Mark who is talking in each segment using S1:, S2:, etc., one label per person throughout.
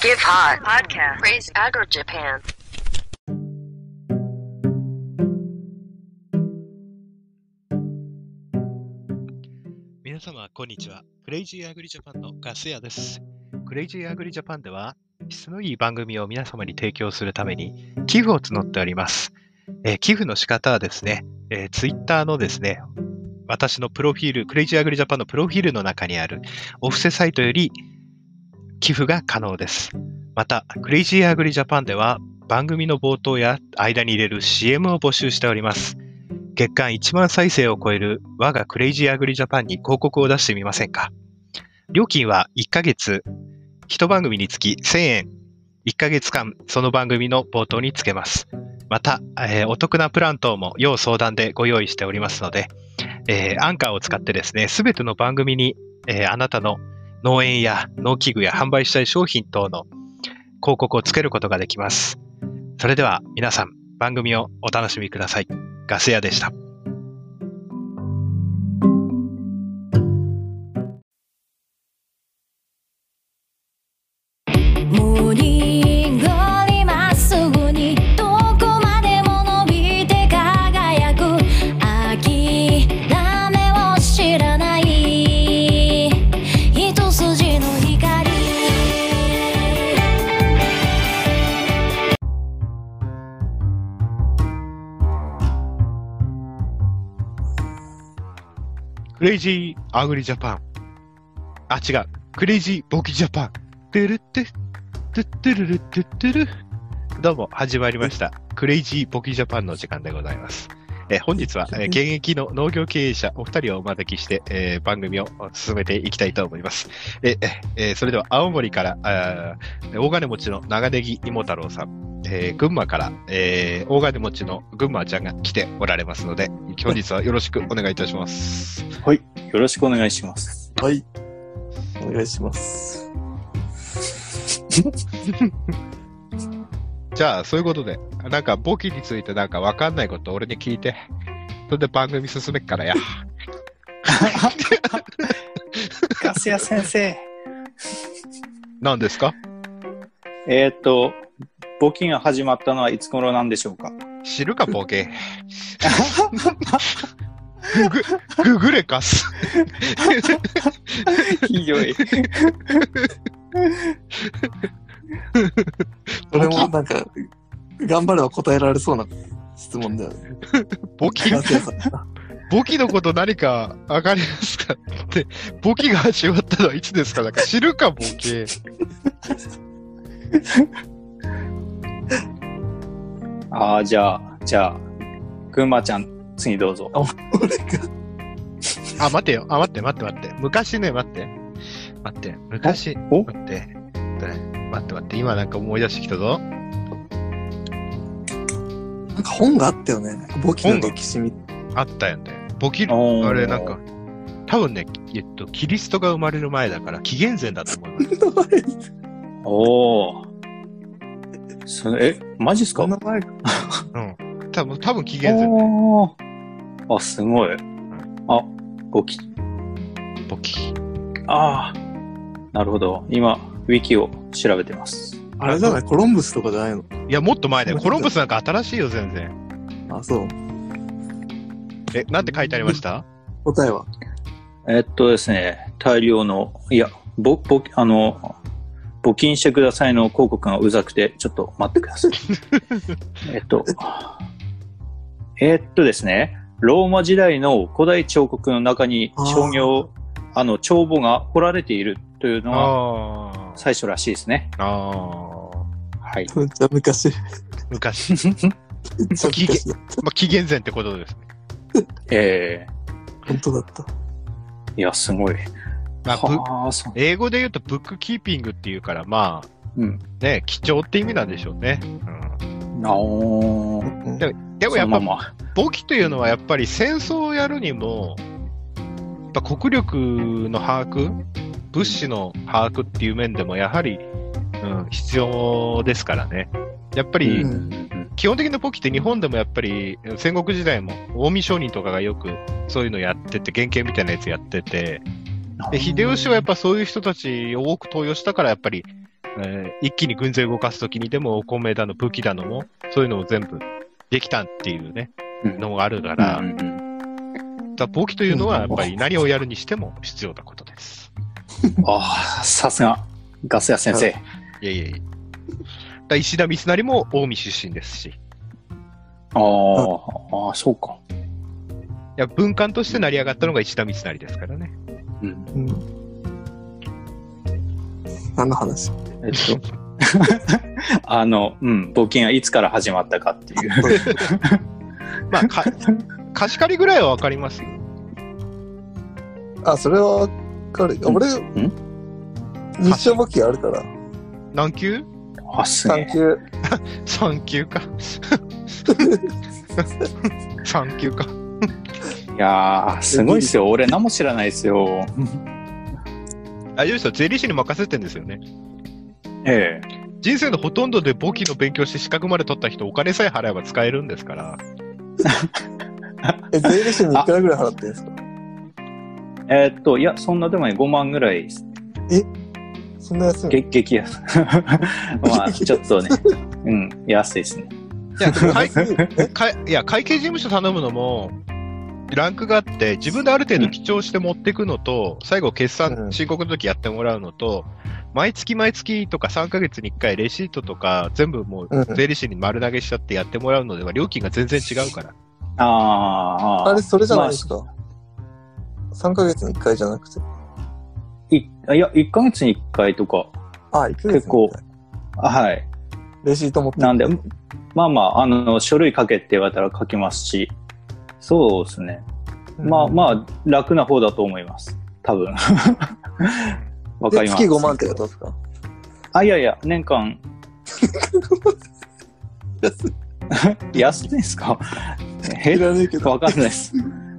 S1: Give Hot Podcast. Praise Agro Japan.
S2: 皆様、こんにちは。クレイジーアグリジャパンのガス屋です。クレイジーアグリジャパンでは、質のいい番組を皆様に提供するために、寄付を募っております。えー寄付の仕方はですね、えー、Twitter のですね、私のプロフィール、クレイジーアグリジャパンのプロフィールの中にあるお布施サイトより寄付が可能です。また、クレイジーアグリジャパンでは、番組の冒頭や間に入れる CM を募集しております。月間1万再生を超える我がクレイジーアグリジャパンに広告を出してみませんか料金は1ヶ月、1番組につき1000円、1ヶ月間その番組の冒頭につけます。また、えーお得なプラン等も要相談でご用意しておりますので、えーアンカーを使ってですね、すべての番組に、えーあなたの農園や農機具や販売したい商品等の広告をつけることができます。それでは皆さん、番組をお楽しみください。ガス屋でした。
S3: 森がりまっすぐにどこまでも伸びて輝く諦めを知らない一筋の光
S2: クレイジーアグリジャパン。あ、違う。クレイジーボキジャパン。トゥルットゥ、トゥットゥルルトゥットゥル。どうも、始まりました。クレイジーボキジャパンの時間でございます。えー本日は、えー現役の農業経営者お二人をお招きして、えー番組を進めていきたいと思います。えーえーそれでは青森から、あー大金持ちの長ネギ芋太郎さん、えー群馬から、えー大金持ちの群馬ちゃんが来ておられますので、本日はよろしくお願いいたします。
S4: よろしくお願いします。
S5: はい。お願いします。
S2: じゃあ、そういうことで、なんか、簿記についてなんかわかんないこと俺に聞いて、それで番組進めっからや。
S4: ガス屋先生。
S2: 何ですか
S4: えーっと、募金が始まったのはいつ頃なんでしょうか
S2: 知るか、ボケ。ググ、ググレカス。
S4: ひどい。
S5: これもなんか、頑張れば答えられそうな質問だよね。
S2: 簿記、
S5: ガス屋さん。
S2: 簿記のこと何かわかりますかって、簿記が始まったのはいつですかなんか、知るか、ボケ。
S4: ああ、じゃあ、じゃあ、ぐんまちゃん、次どうぞ。
S5: 俺が、
S2: あ、待てよ。あ、待って、待って、待って。昔ね、待って。待って、昔。
S4: お
S2: 待って。待って、待って。今なんか思い出してきたぞ。
S5: なんか本があったよね。簿記の歴史み
S2: あったよね。簿記、
S4: おー
S2: あれなんか、多分ね、えっと、キリストが生まれる前だから、紀元前だと思います。
S5: たいな。
S4: おお。それ、え、マジっすか
S5: こんな前か。
S2: うん。多分、多分紀元前ね。
S4: おーあ、すごい。あ、募金。
S2: 簿記。
S4: ああ。なるほど。今、ウィキを調べてます。
S5: あれじゃないコロンブスとかじゃないの
S2: いや、もっと前だよ。コロンブスなんか新しいよ、全然。
S5: あ、そう。
S2: え、なんて書いてありました
S5: 答えは。
S4: えっとですね、大量の、いや、ぼ、ぼ、あの、募金してくださいの広告がうざくて、ちょっと待ってく ださい。えっと、えっとですね、ローマ時代の古代彫刻の中に
S5: あー
S4: 商業、あの、帳簿が彫られているというのが
S2: ああ。
S4: 最初らしいですね。
S2: ああ。
S4: はい。
S5: めっちゃ昔。め
S2: 昔。
S5: っちゃ昔だ。
S2: まあ、紀元前ってことですね。
S4: え
S5: 本当だった。
S4: ー、いや、すごい。
S2: まあ、ぶ
S4: はあ、そう。
S2: 英語で言うと、ブックキーピングっていうから、ま
S4: うん。
S2: あ、ね、貴重って意味なんでしょうね。う
S4: なおー。
S5: うん
S2: ん。でもや
S4: そ
S2: っ
S4: のま
S2: ぱ、
S4: ま。
S2: 簿記というのはやっぱり戦争をやるにも、やっぱ国力の把握、物資の把握っていう面でもやはり、うん、必要ですからね。やっぱり、
S5: うん
S2: 基本的な簿記って日本でもやっぱり戦国時代も近江商人とかがよくそういうのやってて、原型みたいなやつやってて、で秀吉はやっぱそういう人たちを多く登用したからやっぱりえー一気に軍勢動かすときにでもお米だの武器だのも、そういうのを全部できたっていうね、
S4: うん
S2: のがあるか
S4: う
S2: ら、
S4: んうん
S2: だから簿記というのはやっぱり何をやるにしても必要なことです。
S4: ああ、さすが、ガス屋先生。
S2: いやいやいや。だから石田三成も近江出身ですし、い
S4: ああ、ああ、そうか。
S2: や文官として成り上がったのが石田三成ですからね。
S4: うん。
S5: うん。何の話
S4: えっと、 あの、うん、募金はいつから始まったかっていう。
S2: まあ、 か貸し借りぐらいはわかりますよ。
S5: あ、それは彼、あ俺、
S4: ん
S5: 日照簿記あるから、
S2: 何級
S4: あ、すげ
S5: 探
S4: え。
S5: 求。
S2: ?3 級 か。3級か。
S4: いやー、すごいっすよ。俺、何も知らないっすよ。
S2: あ、よしさん、税理士に任せてんですよね。
S4: ええ。
S2: 人生のほとんどで簿記の勉強して資格まで取った人、お金さえ払えば使えるんですから。
S5: え、税理士にいくらぐらい払ってるんですか
S4: えーっと、いや、そんなでもね、5万ぐらい、
S5: そんな安いの
S4: 激、激安。 まあ、ちょっとね、うん、安いですね。
S2: いや、でも会かいや会計事務所頼むのも、ランクがあって、自分である程度記帳して持っていくのと、最後、決
S5: う
S2: 算
S5: ん
S2: 申告の時やってもらうのと、毎月毎月とか3ヶ月に1回、レシートとか、全部もう
S5: うん
S2: 税理士に丸投げしちゃってやってもらうのでは、料金が全然違うから。
S4: ああ、
S5: あれ、それじゃないですか。3ヶ月に1回じゃなくて。
S4: いいや、1ヶ月に1回とか、
S5: あ、1ヶ月に一回
S4: 結構。はい。
S5: レシート持って
S4: なんで、まあまあ、あの、書類書けって言われたら書きますし、そうですね。まあ
S5: あ。
S4: まあ、楽な方だと思います。多 分。わか
S5: で
S4: りま
S5: 月
S4: す。
S5: 5万ってことですか
S4: あ、いやいや、年間。安いですか
S5: い
S4: え
S5: らねえけど。
S4: わかんないです。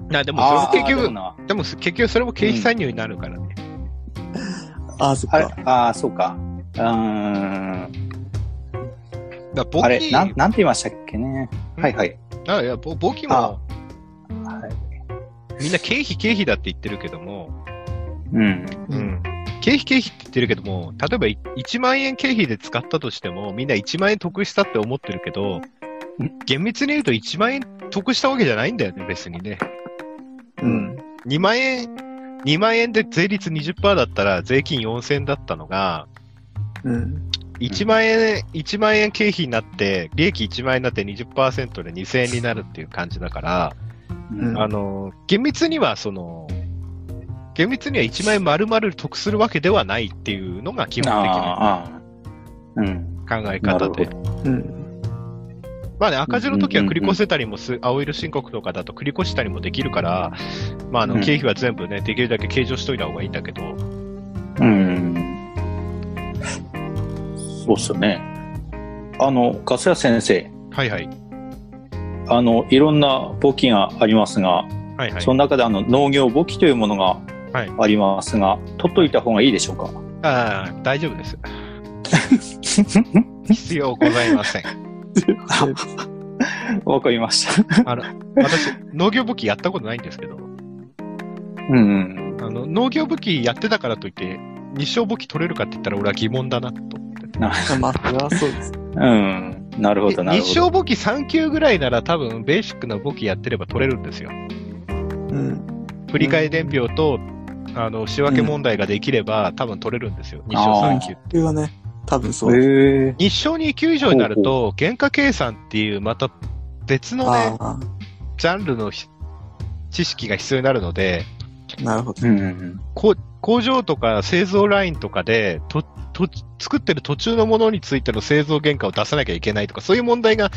S2: なでも
S4: あ
S2: それ
S4: ー
S2: も
S4: で
S2: 結
S4: も
S2: 局、
S4: な
S2: でも結局それも経費参入になるからね。
S5: あ、そっ
S4: あれ
S5: か。
S4: あー、そうか。うーん。
S2: だから
S4: あ
S2: 簿
S4: れ、
S2: 記
S4: なん、なんて言いましたっけね。はいはい。
S2: あいやぼ簿記
S4: あ
S2: も
S4: は
S2: みんな経費経費だって言ってるけども、
S4: うん。
S2: うん経費経費って言ってるけども、例えばい1万円経費で使ったとしても、みんな1万円得したって思ってるけど、厳密に言うと1万円得したわけじゃないんだよね、別にね。
S4: うん。
S2: 2万円、2万円で税率20%だったら税金4000円だったのが、
S5: うん。
S2: 1万円、1万円経費になって、利益1万円になって20%で2000円になるっていう感じだから、
S4: うん
S2: あの、厳密にはその、厳密には1万円丸々得するわけではないっていうのが基本的な
S4: あーあー。うん。
S2: 考え方で
S4: なる。
S5: うん。
S2: まあね、赤字の時は
S4: うんうん
S2: 繰り越せたりもす、青色申告とかだと繰り越したりもできるから、まああ
S4: う
S2: の、
S4: ん
S2: 経費は全部ね、できるだけ計上しといた方がいいんだけど、
S4: うん。そうっすよね。あの、ガス屋先生、
S2: はいはい。
S4: あの、いろんな簿記がありますが、
S2: はいはい
S4: そ。の中であの農業簿記というものが
S2: はい
S4: ありますが、取っといた方がいいでしょうか。
S2: ああ、大丈夫 です。必要ございません。
S4: わかりました。
S2: あの、私、農業武器やったことないんですけど、
S4: うん。
S2: あの、農業武器やってたからといって、日照武器取れるかって言ったら俺は疑問だなと思って。
S5: まあ、それはそうです。
S4: うん。なるほど、な
S2: 日
S4: るほど。
S2: 照簿記3級ぐらいなら多分ベーシックな簿記やってれば取れるんですよ。
S5: うん。
S2: 振り替え伝票と、あの仕分け問題ができれば、多分取れるんですよ。日照3級。
S5: それはね、多分そう。
S4: へえ
S2: 日照2級以上になると、原価計算っていうまた別のね、
S5: あ
S2: ジャンルのひ知識が必要になるので、
S5: あ、なるほど。
S4: うん。
S2: こ工場とか製造ラインとかでとと、作ってる途中のものについての製造原価を出さなきゃいけないとか、そういう問題が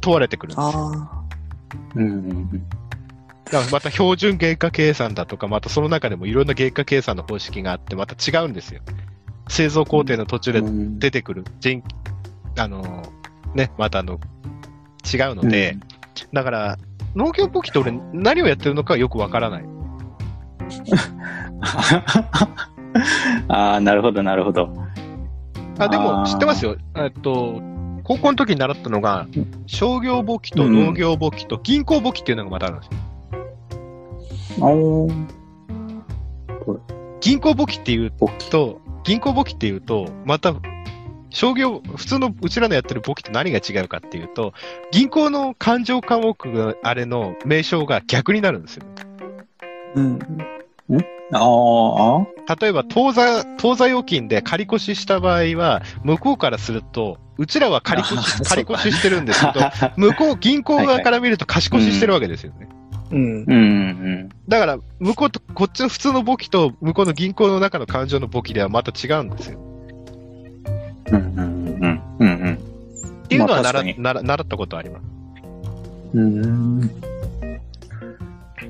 S2: 問われてくるんですよ
S5: あ
S4: うん。
S2: だからまた標準原価計算だとか、またその中でもいろんな原価計算の方式があって、また違うんですよ。製造工程の途中で
S4: うん
S2: 出てくる、人あのね、またあの違うので、だから農業簿記って俺、何をやってるのかよくわからない。
S4: ああ、なるほど、なるほど。
S2: あでも
S4: あー
S2: 知ってますよ、えっと、高校の時に習ったのが、商業簿記と農業簿記と銀行簿記っていうのがまたあるんですよ。
S4: おー
S2: 銀行簿記っていう
S4: 簿記。
S2: と、銀行簿記っていうと、また、商業、普通のうちらのやってる簿記と何が違うかっていうと、銀行の勘定科目があれの名称が逆になるんですよ。
S4: うん。んああ、あ
S2: 例えば、当座、当座預金で借り越しした場合は、向こうからすると、うちらは借り越
S4: あーそ
S2: し
S4: うか
S2: 借り越ししてるんですけど、向こう、銀行側から見ると貸し越ししてるわけですよね。
S5: うん。
S4: うんうん。
S2: だから、向こうと、こっちの普通の簿記と、向こうの銀行の中の感情の簿記ではまた違うんですよ。
S4: うんうんうんうん
S2: っていうのは
S4: まあ
S2: 習,、
S4: 確かに
S2: 習習ったことあります。
S4: うん。うん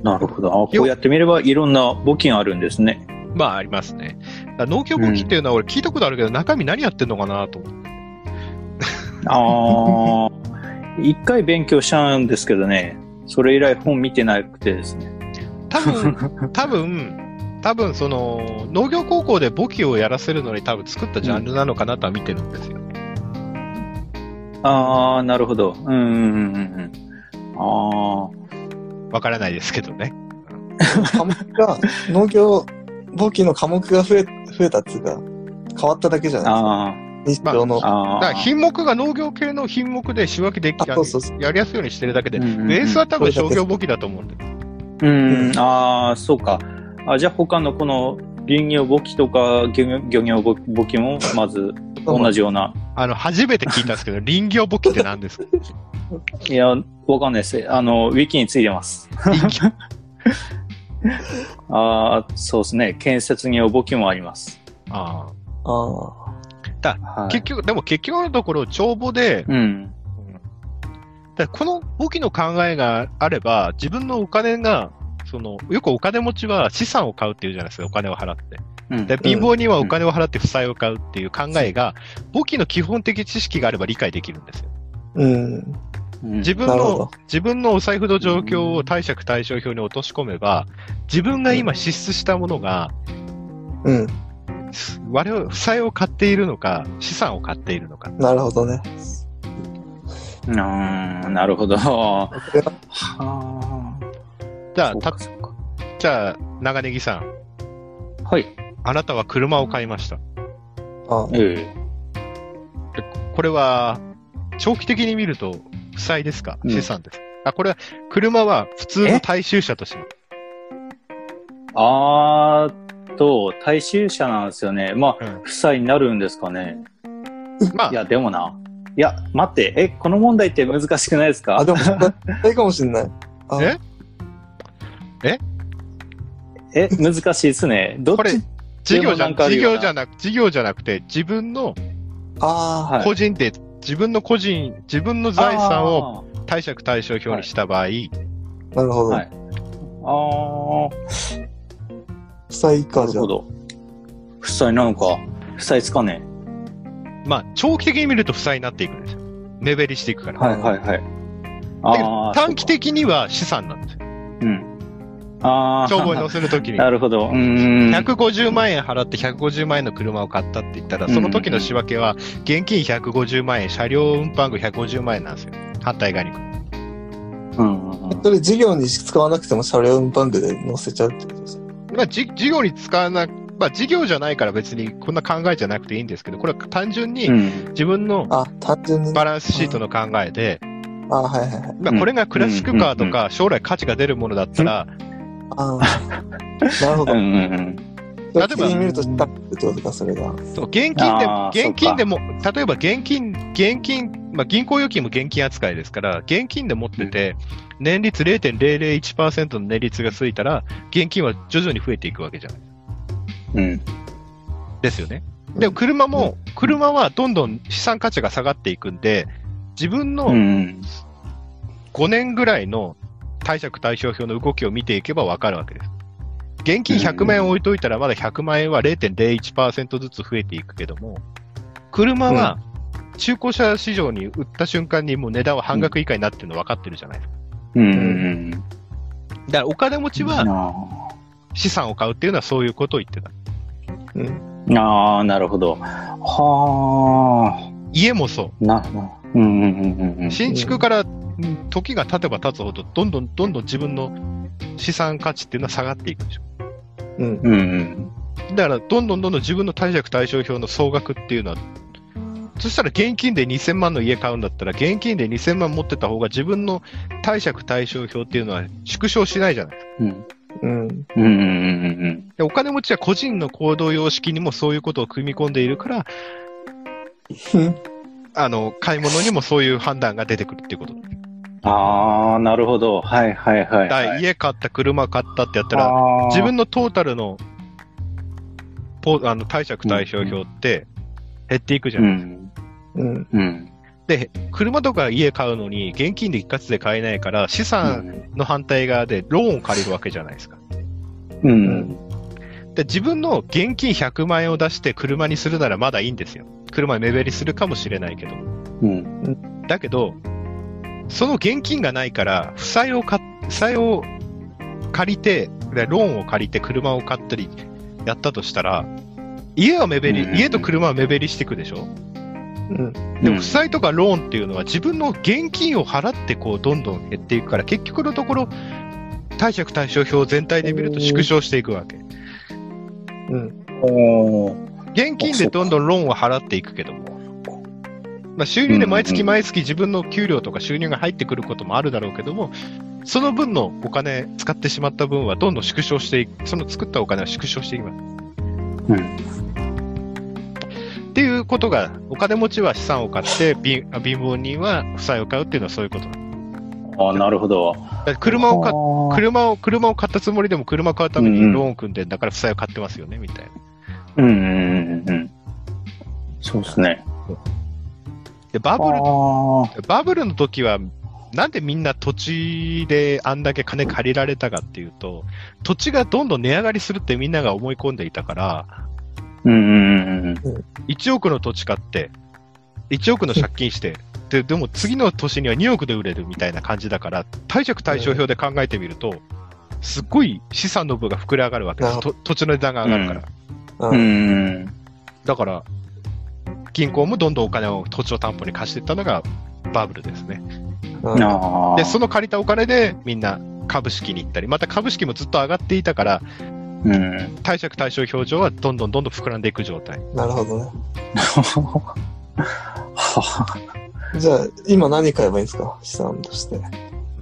S4: なるほど。あこうやってみればいろんな募金あるんですね。
S2: まあ、ありますね。だから農協簿記っていうのは俺聞いたことあるけど、中身何やってんのかなと思って。
S4: ああ。一回勉強したんですけどね、それ以来本見てなくてですね。
S2: 多 分、多分、多分その、農業高校で簿記をやらせるのに多分作ったジャンルなのかなとは見てるんですよ。
S4: ああ、なるほど。うんうんうんうん。あ
S2: わからないですけどね。
S5: 科目が、農業簿記の科目が増え、増えたっていうか、変わっただけじゃ
S4: あ、
S5: ない
S4: あ
S5: ですか。日常の。
S4: あ、あ
S2: だか
S4: あ。
S2: ら品目が農業系の品目で仕分けでき
S5: あそうそうそ
S2: やりやすいようにしてるだけで、
S4: うんうんうん
S2: ベースは多分商業簿記だと思うんで。
S4: うん、ああ、そうか。あじゃあ他のこの林業簿記とか漁業漁業簿簿記もまず同じような。
S2: あの、初めて聞いたんですけど、林業簿記って何ですか
S4: いや、わかんないです。あの、ウィキについてます。 ああ、そうですね。建設業簿記もあります。
S2: あ
S5: ああ。
S2: あ
S4: はい
S2: 結局、でも結局のところ、帳簿で、
S4: うん。
S2: だからこの簿記の考えがあれば、自分のお金が、そのよくお金持ちは資産を買うっていうじゃないですか、お金を払って。
S4: うん
S2: で、貧乏にはお金を払って負債を買うっていう考えが、簿記の基本的知識があれば理解できるんですよ。
S5: うん。
S4: うん
S2: 自分
S5: なるほ
S2: の
S5: ど、
S2: 自分のお財布の状況を貸借対照表に落とし込めば、自分が今支出したものが、
S5: うん。
S2: 我々、負債を買っているのか、資産を買っているのか。
S5: なるほどね。
S4: うーん、なるほ ど。はあ。
S2: じゃあ、
S4: そう
S2: た
S4: か、そうか。
S2: じゃあ、長ネギさん。
S4: はい。
S2: あなたは車を買いました。
S5: あ
S4: え
S2: これは、長期的に見ると、負債ですか
S4: うん
S2: 資産ですか、あ、これは、車は普通の大衆車とします。
S4: えあーと、大衆車なんですよね。まあ、
S2: うん
S4: 負債になるんですかね。
S2: まあ
S4: いや、でもな。いや、待って、え、この問題って難しくないですか
S5: あ、でも、絶対かもしれない。あ
S2: え
S4: え、難しいですね。どっ
S2: これ
S4: ち、
S2: 事業じ
S4: でも
S2: ゃ
S4: なん
S2: な
S4: かあ
S2: 事
S4: るよな
S2: 業じゃなく、事業じゃなくて、自分の
S5: あ
S4: はい
S2: 個人で、自分の個人、自分の財産を貸借対照表にした場合、
S5: あ、なるほど。
S4: はいあーあ
S5: 負債
S4: ー、
S5: か、
S4: な
S5: じ
S4: る
S5: ゃあ
S4: ほ。ど。負債なのか。負債つかね
S2: まあ、長期的に見ると負債になっていくんですよ。目減りしていくから。
S4: え。はいはいはい。
S2: だけど
S4: ああ、
S2: 短期的には資産なんですよ。
S4: そうか。うん。ああ、
S2: 帳簿に載せるときに。
S4: なるほど。うーん。
S2: 150万円払って150万円の車を買ったって言ったら、その時の仕分けは、現金150万円、車両運搬具150万円なんですよ。反対側に来る。
S4: うんうんうん
S5: それ事業に使わなくても車両運搬具で載せちゃうってことですか
S2: まあ、じ事業に使わな、まあ、事業じゃないから別にこんな考えじゃなくていいんですけど、これは単純
S4: う
S2: に
S4: ん
S2: 自分の
S5: あ、単純に。
S2: バランスシートの考えで、
S5: あ、はいはいはい。
S2: まあ、これがクラシックカーとか将来価値が出るものだったら、
S5: ああ。なるほど
S4: う。んうんうん。
S5: それ
S2: 例えば
S5: 切り見るとしたってことか、それが。
S2: そう現金
S4: あー
S2: で、
S4: そっか
S2: 現金でも、例えば現金、現金、まあ、銀行預金も現金扱いですから、現金で持ってて、年率0.001%の年率がついたら、現金は徐々に増えていくわけじゃない
S4: うん。
S2: ですよね。でも車も、車はどんどん資産価値が下がっていくんで、自分
S4: うんう
S2: の
S4: ん。
S2: 5年ぐらいの貸借対照表の動きを見ていけばわかるわけです。現金100万円置いといたら、まだ100万円は0.01%ずつ増えていくけども、車は中古車市場に売った瞬間にもう値段は半額以下になってるの分かってるじゃないですか。
S4: うんうんうん。
S2: だからお金持ちは
S4: あ
S2: 資産を買うっていうのはそういうことを言ってた。
S5: うん。
S4: ーあー、なるほど。は
S2: 家もそ
S4: あ、なるほど。うんうんうんうんうん
S2: う。。新築からうん時が経てば経つほど、どんどんどんどん自分の資産価値っていうのは下がっていくでしょ。
S5: うん。
S4: うんうん。
S2: だから、どんどんどんどん自分の貸借対照表の総額っていうのは、そしたら現金で2000万の家買うんだったら、現金で2000万持ってた方が自分の貸借対照表っていうのは縮小しないじゃない。
S4: うん。
S5: うん。
S4: うんうんうん
S2: でお金持ちは個人の行動様式にもそういうことを組み込んでいるから、あの、買い物にもそういう判断が出てくるっていうこと。
S4: うん。ああ、なるほど。はいはいはい、
S2: だ
S4: はい。
S2: 家買った、車買ったってやったら、
S4: あー
S2: 自分のトータルのポあの貸借対照表って減っていくじゃ
S4: う
S2: ない、
S4: ん。
S5: うん。
S4: うん。
S2: で、車とか家買うのに現金で一括で買えないから、資
S4: う
S2: 産
S4: ん。
S2: の反対側でローンを借りるわけじゃないですか。
S4: うん。
S2: で、自分の現金100万円を出して車にするならまだいいんですよ。車に目減りするかもしれないけど。
S4: うん。
S2: だけど、その現金がないから、負債をか、負債を借りて、でローンを借りて車を買ったりやったとしたら、家は目減
S4: うんうんうん
S2: り、家と車は目減りしていくでしょ、
S5: うん。
S2: でも負債とかローンっていうのは自分の現金を払ってこうどんどん減っていくから、結局のところ、貸借対照表全体で見ると縮小していくわけ。
S5: うん。
S4: おー
S2: 現金でどんどんローンを払っていくけども、まあ、収入で毎
S4: うんう
S2: 月
S4: ん
S2: 毎月自分の給料とか収入が入ってくることもあるだろうけども、その分のお金使ってしまった分はどんどん縮小していく、その作ったお金は縮小していきます。
S4: うん。
S2: っていうことが、お金持ちは資産を買って、貧あ貧乏人は負債を買うっていうのはそういうこと。
S4: ああ、なるほど。
S2: だから車を買っ
S4: っ
S2: 車を、車を買ったつもりでも車を買うため
S4: うんう
S2: に
S4: ん
S2: ローンを組んで、だから負債を買ってますよね、みたいな。
S4: うんうんうんうん。そうですね。
S2: で、バ
S4: あ
S2: ブル
S4: ー
S2: バブルの時は、なんでみんな土地であんだけ金借りられたかっていうと、土地がどんどん値上がりするってみんなが思い込んでいたから、
S4: うんうんうん
S2: 1億の土地買って、1億の借金して、ででも次の年には2億で売れるみたいな感じだから、貸借対照表で考えてみると、すっごい資産の分が膨れ上がるわけです。
S5: なる
S2: と土地の値段が上がるから。
S5: う
S4: うん。う
S5: ん。
S4: んうん
S2: だから、銀行もどんどんお金を土地を担保に貸していったのがバブルですね。
S4: うん。ああ。
S2: で、その借りたお金でみんな株式に行ったり、また株式もずっと上がっていたから、
S4: うん。
S2: 貸借対照表上はどんどんどんどん膨らんでいく状態。
S5: なるほどね。
S4: はあ
S5: じゃあ、今何買えばいいんですか資産として。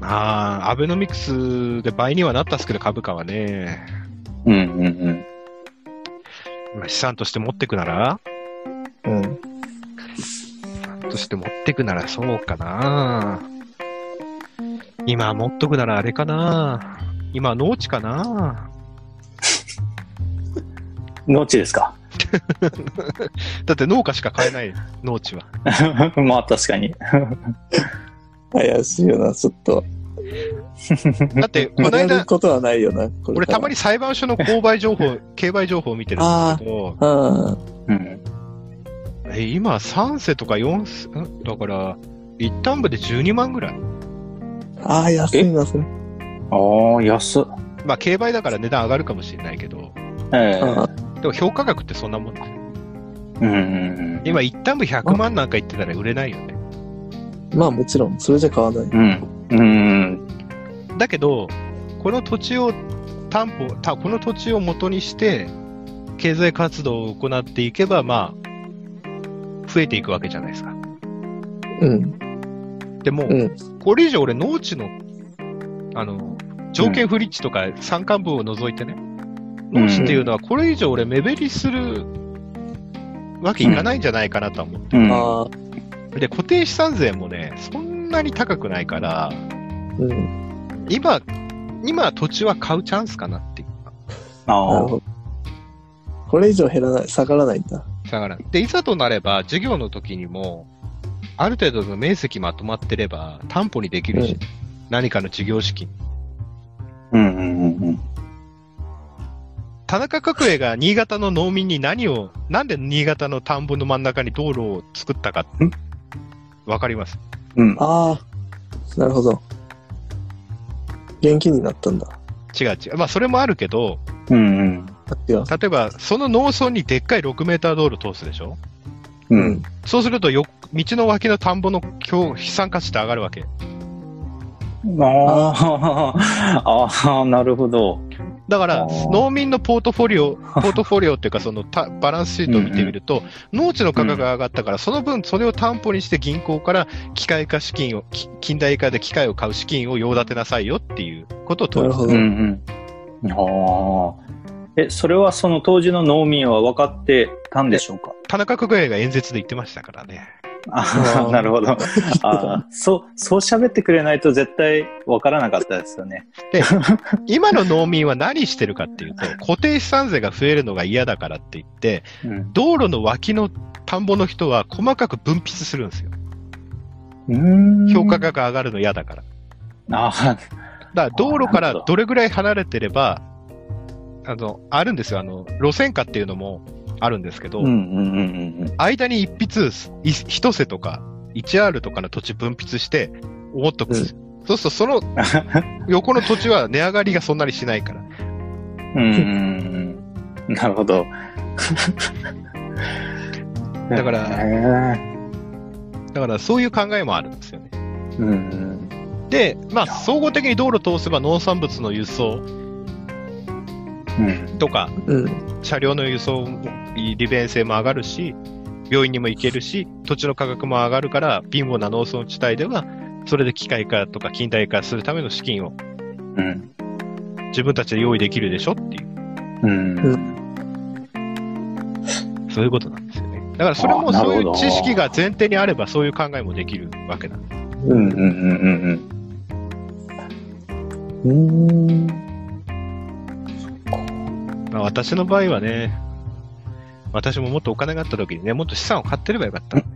S2: まあ、アベノミクスで倍にはなったっすけど、株価はね、
S4: うんうんうん。
S2: まあ資産として持ってくなら、
S5: うん。
S2: として持ってくならそうかな。今持っとくならあれかな。今農地かな。
S4: 農地ですか
S2: だって農家しか買えない、農地は。
S4: まあ確かに。
S5: 怪しいよな、ちょっと。
S2: だって、この
S5: やる
S2: 間、
S5: ことはないよな、これ
S2: 俺
S5: から
S2: たまに裁判所の購買情報、競売情報を見てるんですけど、
S5: あ
S4: うん。
S2: え、今、3世とか4世、んだから、一旦部で12万ぐらい。
S5: あ、ああ、安いな、それ。
S4: ああ、安っ。
S2: まあ、競売だから値段上がるかもしれないけど、
S4: ええ
S5: あ
S2: でも、評価額ってそんなもんだよ
S4: うんうん
S2: 今、一旦部100万なんか言ってたら売れないよね。
S5: まあもちろん、それじゃ買わない。
S4: うん。うん。うん
S2: だけど、この土地を担保、たこの土地を元にして、経済活動を行っていけば、まあ、増えていくわけじゃないですか。
S5: うん。
S2: でも、
S5: うん。
S2: これ以上俺、農地の、あの、条件不立地とか山間部を除いてね、農地っていうのはこれ以上俺、目減りするわけいかないんじゃないかなとは思って、
S4: うん。
S5: ああ、
S2: で、固定資産税もね、そんなに高くないから、
S5: うん。
S2: 今、今土地は買うチャンスかなっていうか。
S5: な
S4: あ
S5: る
S4: あ
S5: ほど。これ以上減らない、下がらないんだ。
S2: だから、で、いざとなれば、事業の時にも、ある程度の面積まとまってれば、担保にできるし、
S5: うん
S2: 何かの事業資金。
S4: うんうんうん
S2: 田中角栄が新潟の農民に何を、なんで新潟の田んぼの真ん中に道路を作ったか
S4: ん、
S2: わかります。
S4: うん。うん。
S5: ああ、なるほど。現金になったんだ。
S2: 違う違う。まあ、それもあるけど、
S4: うんうん。
S5: あ違う。
S2: 例えば、その農村にでっかい6メーター道路通すでしょ
S4: う。
S5: うんん。
S2: そうするとよ、道の脇の田んぼの強飛散価値って上がるわけ。
S4: ああ、ああ、なるほど。
S2: だから
S4: あー、
S2: 農民のポートフォリ オ、ポートフォリオっていうか、そのたバランスシートを見てみると、農地の価格が上がったから、その分、それを担保にして銀行から機械化資金を、き近代化で機械を買う資金を用立てなさいよっていうことを問います
S5: ほ
S4: うんうん。ああ。え、それはその当時の農民は分かってたんでしょうか
S2: 田中角栄が演説で言ってましたからね。
S4: あ
S5: う
S4: あ、
S5: ん
S4: なるほど。あーそう、そう喋ってくれないと絶対分からなかったですよね。
S2: 今の農民は何してるかって いうと、固定資産税が増えるのが嫌だからって言って、
S4: うん。
S2: 道路の脇の田んぼの人は細かく分泌するんですよ。
S4: うーん
S2: 評価。額上がるの嫌だから。
S4: あ
S2: だから道路か
S4: あなる
S2: ら
S4: ほど
S2: どれぐらい離れてれば、あの、あるんですよ。あの、路線価っていうのもあるんですけ
S4: あ。
S2: ど、
S4: うんうんうんうんうん。
S2: 間に一筆、い一世とか、1R とかの土地分泌して、思っとくんですよ。そうすると、その横の土地は値上がりがそんなにしないから。
S4: うんうんうん。なるほど。
S2: だから
S4: へ
S2: だから、そういう考えもあるんですよね。
S4: ーうんうん。
S2: で、まあ、総合的に道路を通せば農産物の輸送
S4: うん。
S2: とか、
S5: うん。
S2: 車両の輸送も利便性も上がるし、病院にも行けるし、土地の価格も上がるから、貧乏な農村地帯では、それで機械化とか近代化するための資金を
S4: うん。
S2: 自分たちで用意できるでしょっていう、
S4: うん。
S5: う
S2: そういうことなんですよね。だからそれも
S4: あーなる
S2: そう
S4: ほ
S2: い
S4: ど
S2: う知識が前提にあれば、そういう考えもできるわけなんです。
S5: う
S4: うん
S5: ん。
S4: うんうん
S5: うん。
S2: まあ、私の場合はね、私ももっとお金があった時にね、もっと資産を買ってればよかったのに。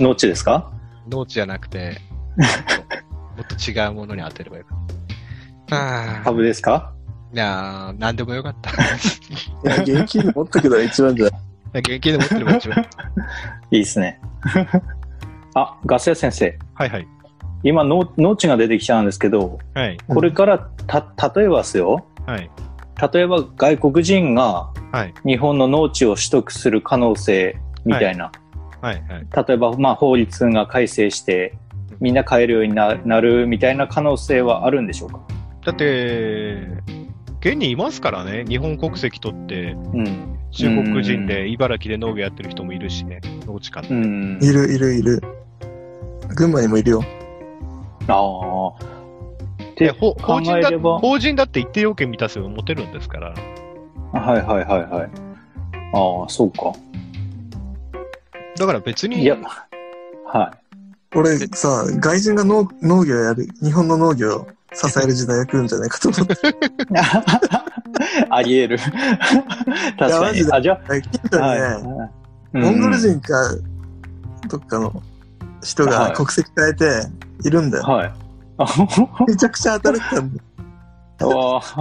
S4: うん。農地ですか
S2: 農地じゃなくて、 もっと違うものに当てればよかった。ああ、
S4: 株ですか
S2: いやー、なんでもよかった。
S5: いや、現金持っとけたら一番じゃない。
S2: 現金で持ってれば一番。
S4: いいですね。あ、ガス屋先生。
S2: はいはい。
S4: 今農、農地が出てきたんですけど、
S2: はい。
S4: これから、た、例えばですよ。
S2: はい。
S4: 例えば外国人が
S2: はい。
S4: 日本の農地を取得する可能性みたいな。
S2: はい。はい。
S4: 例えば、まあ、法律が改正して、みんな買えるようにななるみたいな可能性はあるんでしょうか
S2: だって、現にいますからね。日本国籍取って、
S4: うん。
S2: 中国人で茨城で農業やってる人もいるしね。農地か
S4: うん。
S5: いるいるいる。群馬にもいるよ。
S4: ああ。
S2: で、
S4: で、
S2: ほ法
S4: 考
S2: 人
S4: え
S2: だ
S4: れば。
S2: 法人だって一定要件満たせば持てるんですから。
S4: はいはいはいはい。ああ、そうか。
S2: だから別
S4: い
S2: に
S4: や、は
S5: 俺さ、外人が農農業やる、日本の農業を支える時代が来るんじゃないかと思 って。
S4: い。あり得る。 確か
S5: マジ
S4: に。
S5: で
S4: あ、じゃ
S5: 来て
S4: あ、
S5: たよね、
S4: はい。
S5: モンゴル
S4: うん
S5: 人か、どっかの人
S4: は
S5: が
S4: い
S5: 国籍変えているんだよ。
S4: はい。 あほほほ
S5: めちゃくちゃ働いてた んだよ。
S4: わ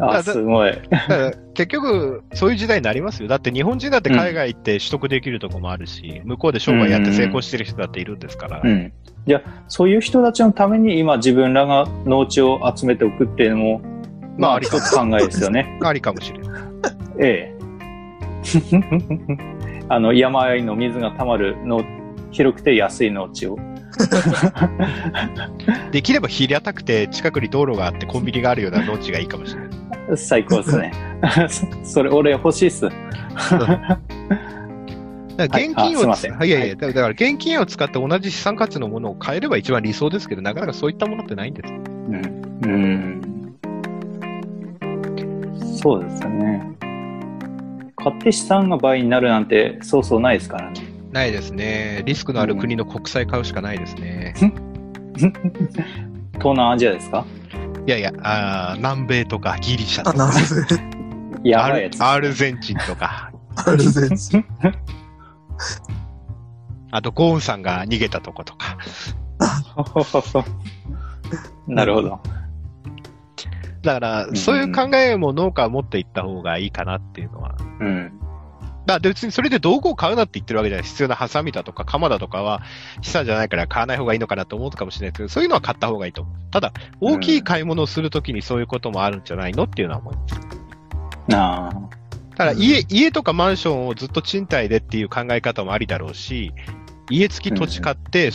S4: ああ、すごい。
S2: だから結局、そういう時代になりますよ。だって日本人だって海外行って取得できるとこもあるし、向こうで商売やって成功してる人だっているんですから。
S4: うん。いや、そういう人たちのために今自分らが農地を集めておくっていうのも、
S2: まあ
S4: ま
S2: あ
S4: あ
S2: り
S4: 一つ考えですよね。
S2: ありかもしれない。
S4: ええ。 あの、山あいの水が溜まるの、広くて安い農地を。
S2: できれば平たくて、近くに道路があってコンビニがあるような農地がいいかもしれない。
S4: 最高で すね。そそれ、俺欲しいっす。
S2: だから現金を、
S4: はいあすいません
S2: はいいやいや、だから現金を使って同じ資産価値のものを買えれば一番理想ですけど、なかなかそういったものってないんです。
S4: うん。うん。そうですよね。買って資産が倍になるなんて、そうそうないですからね。
S2: ないですね。リスクのある国の国債買うしかないですね。
S4: 東南アジアですか
S2: いやいや、あー南米とかギリシャ
S5: あ、
S2: とか、
S5: なるほどね。
S4: や
S2: ア
S4: ばい
S2: ル
S4: やつ。
S2: アルゼンチンとか、
S5: アルゼンチン。
S2: あとゴーンさんが逃げたとことか。
S4: なるほど。
S2: だから
S4: う、ん
S2: そういう考えも農家は持っていった方がいいかなっていうのは。
S4: うん。
S2: だから別にそれで道具を買うなって言ってるわけじゃない。必要なハサミだとか鎌だとかは資産じゃないから買わない方がいいのかなと思うかもしれないですけど、そういうのは買った方がいいと思う。ただ、大きい買い物をするときにそういうこともあるんじゃないのっていうのは思います。
S4: なあ。
S2: ただ家、家とかマンションをずっと賃貸でっていう考え方もありだろうし、家付き土地買って、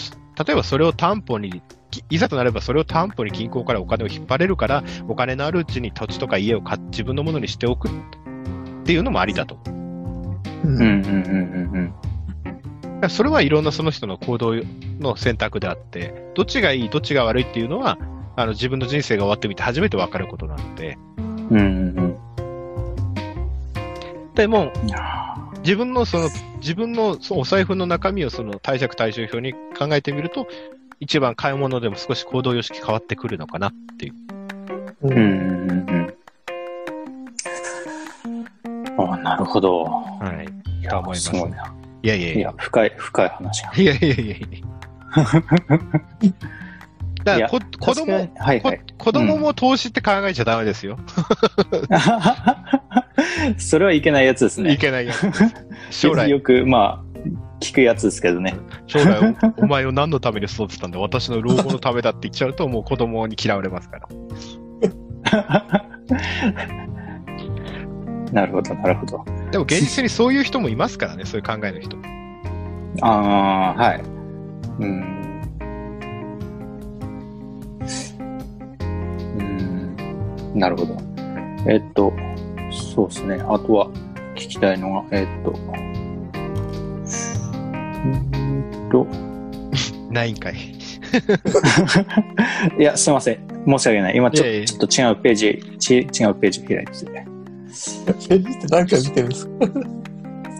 S2: 例えばそれを担保にきいざとなればそれを担保に銀行からお金を引っ張れるから、お金のあるうちに土地とか家を買っ自分のものにしておくっていうのもありだと。
S5: うん
S4: うんうんうん
S2: だからそれはいろんなその人の行動の選択であって、どっちがいい、どっちが悪いっていうのは、あの自分の人生が終わってみて初めて分かることなので、
S4: うんうんうんうん
S2: でも
S4: いやー
S2: 自分のその自分のそうお財布の中身をその貸借対照表に考えてみると、一番買い物でも少し行動様式変わってくるのかな。
S5: うん
S4: うんうんうんうんああなるほど
S2: はい。
S4: い
S2: と思います
S4: ごいない
S2: やいやい
S4: い
S2: や。
S4: や深い深い話が
S2: いやいやいやいや。だから
S4: いや
S2: こ子
S4: 確か
S2: 供
S4: にはい
S2: こ
S4: はい
S2: 子供も投資って考えちゃダメですよ。
S4: それはいけないやつですね
S2: いけないやつです。将来
S4: よ、くまあ聞くやつですけどね
S2: 将来お、お 前を何のために育てたんだ、私の老後のためだって言っちゃうと、もう子供に嫌われますから。
S4: なるほどなるほど
S2: でも現実にそういう人もいますからね、そういう考えの人。
S4: ああはいうんうんなるほどえっとそうですねあとは聞きたいのがえっとうーんと
S2: ないんかい。
S4: いや、すいません。申し訳ない。今ちょ
S2: いえいえ
S4: ちょっと違うページ、ち違うページ開いてて。
S5: ページって何回見てるんですか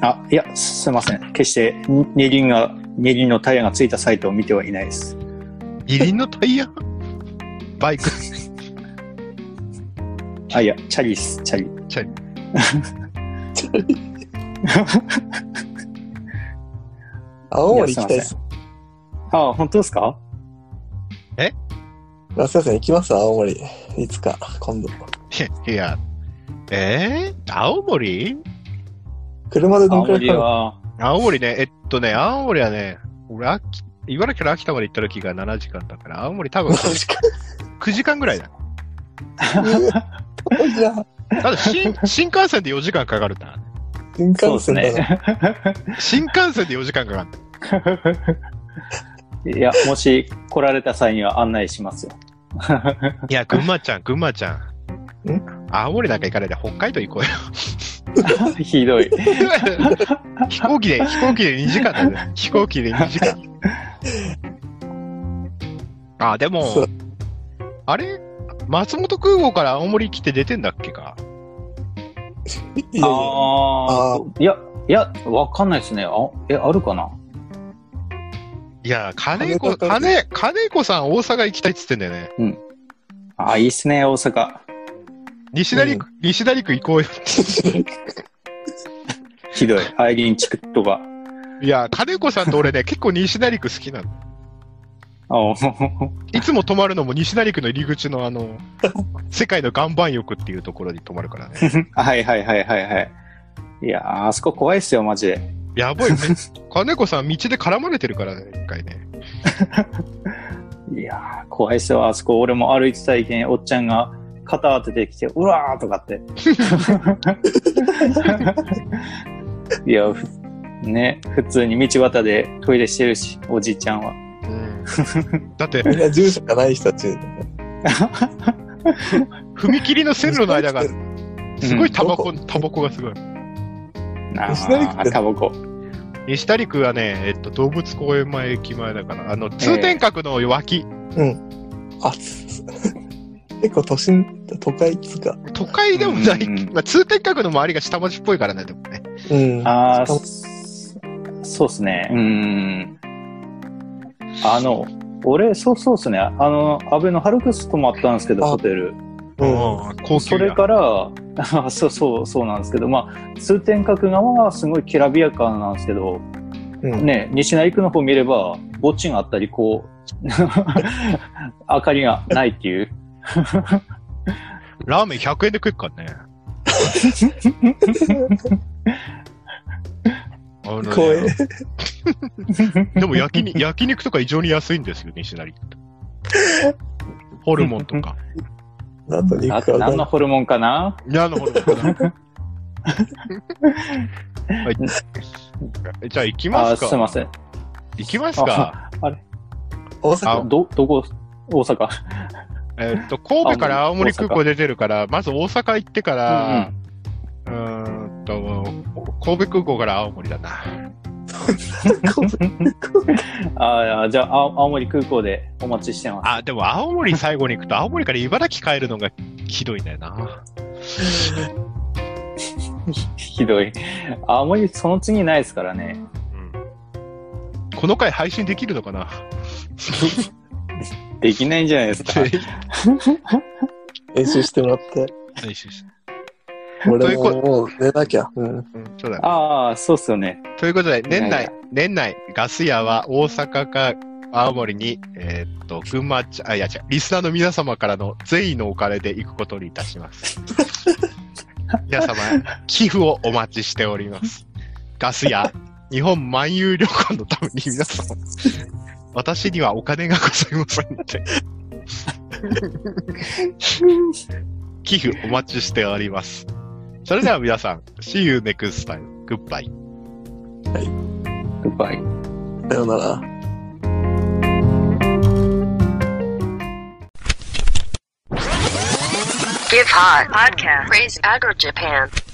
S4: あ、いや、すいません。決してに二輪が、二輪のタイヤがついたサイトを見てはいないです。
S2: 二輪のタイヤ バイク。
S4: あ、いや、チャリです。チャリ。
S2: チャリ。
S5: 青森行きたいです。
S4: あ、本当ですか
S5: あすいません、行きます青森。いつか、今度。
S2: いや、えー、青森
S5: 車でどのく
S4: 青
S5: らい
S4: 森
S5: かか
S4: は、
S2: 青森ね、えっとね、青森はね、俺、秋茨城から秋田まで行った時が7時間だから、青森多 分
S5: る確か
S2: 9時間ぐらいだ。
S5: に。遠いな
S2: ただ新、新幹線で4時間かかるな。
S5: 新
S4: そう
S5: 幹線
S4: です
S5: だな。
S4: ね。
S2: 新幹線で4時間かかる。
S4: いや、もし来られた際には案内しますよ。
S2: いや、群馬ちゃん、群馬ちゃん。
S5: ん
S2: 青森なんか行かないで北海道行こうよ。
S4: ひどい。
S2: 飛行機で、飛行機で2時間だね。飛行機で2時間。あ、で
S5: そ
S2: も
S5: う、
S2: あれ松本空港から青森来て出てんだっけか
S5: いやいや
S4: あ
S5: あ
S4: あ、いや、いや、わかんないですね。あ、え、あるかない
S2: や、金
S5: 金
S2: 子、
S5: 子さん
S2: 金、金子さん大阪行きたいっつってんだよね。
S4: あ、いいっすね、大阪。
S2: 西成区、西成区行こうよ。
S4: ひどい。アイリンチクットが。
S2: いや、金子さんと俺ね、結 構西成区好きなの。
S4: あお
S2: いつも泊まるのも西成区の入り口のあの、世界の岩盤浴っていうところに泊まるからね。
S4: はいはいはいはいはい。いやー、あそこ怖いっすよ、マジで。
S2: や ばいね。金子さん道で絡まれてるからね、一回ね。
S4: いやー、怖いっすよ、あそこ。俺も歩いてた意見、おっちゃんが肩当ててきて、うわーとかって。 いや、ふね、普通に道端でトイレしてるし、おじいちゃんは。
S2: だって、
S5: みんな住所がない人たち。
S2: 踏切の線路の間 が、すごいタバコ、タバコがすごい。
S4: あ
S5: 西成区っ
S4: ー
S5: て
S4: タバコ。
S2: 西成区はね、えっと、動物公園前駅前だから、あの、通天閣の脇、
S5: あ、つ結構都心、都会っつうか。
S2: 都会でもない、
S4: うん
S2: まあ、通天閣の周りが下町っぽいからね、でもね。
S5: うん。
S4: ああ、
S5: しか
S4: そ
S5: も
S4: そうっすね。うん。あの、俺、そうそうっすね。あの、安倍のハルクス泊まったんですけど、
S5: あ
S4: ホテル。
S5: うん。
S2: うん高級
S4: それ
S2: や。
S4: から、 あそうそう、そうなんですけど、まあ、通天閣側はすごいきらびやかなんですけど、
S5: うん
S4: ね、西成区の方見れば、墓地があったり、こう、 明かりがないっていう。
S2: ラーメン100円で食うからね。あのね
S5: 公園。
S2: でも焼きに焼肉とか異常に安いんですよ、西成区って。ホルモンとか。
S5: あと肉
S4: あ
S5: は
S4: 何のホルモンかない
S2: や、あの、ほら。はいじゃあ行き
S4: あ
S2: ま
S4: ー、
S2: す
S4: すい
S2: か。
S4: ません。
S2: 行きますか。
S4: あ、あれ
S5: 大
S2: あ
S5: 阪
S4: ど、どこ、大阪。
S2: えーっと、神戸から青森空港出てるから、まず大阪行ってか
S4: う
S2: ら、
S4: ん
S2: うーんと、神戸空港から青神だな。
S4: うん。ああ、じゃあ、青青森空港でお待ちしてます。
S2: あ、でも青森最後に行くと、青森から茨城帰るのがひどいんだよな。
S4: ひどい。青森、その次ないですからね。
S2: この回配信できるのかな
S4: できないんじゃないですか。
S5: 練習してもらって。
S2: 配信しとい
S5: 俺
S2: うこ
S5: ももう寝なきゃ。うん。
S2: うんそうだね。
S4: ああ、そうっすよね。
S2: ということで、年
S4: いや
S2: 内
S4: いや、
S2: 年内、ガス屋は大阪か青森に、えーっと、群馬ちゃ、あ、いや違う、リスナーの皆様からの善意のお金で行くことにいたします。皆様、寄付をお待ちしております。ガス屋、日本万有旅行のために皆様、私にはお金がございませんので。寄付お待ちしております。それでは皆さん、See you next time. Goodbye.
S4: グッバイ。
S5: さよなら。
S1: Give Hot Podcast. Praise Agro Japan.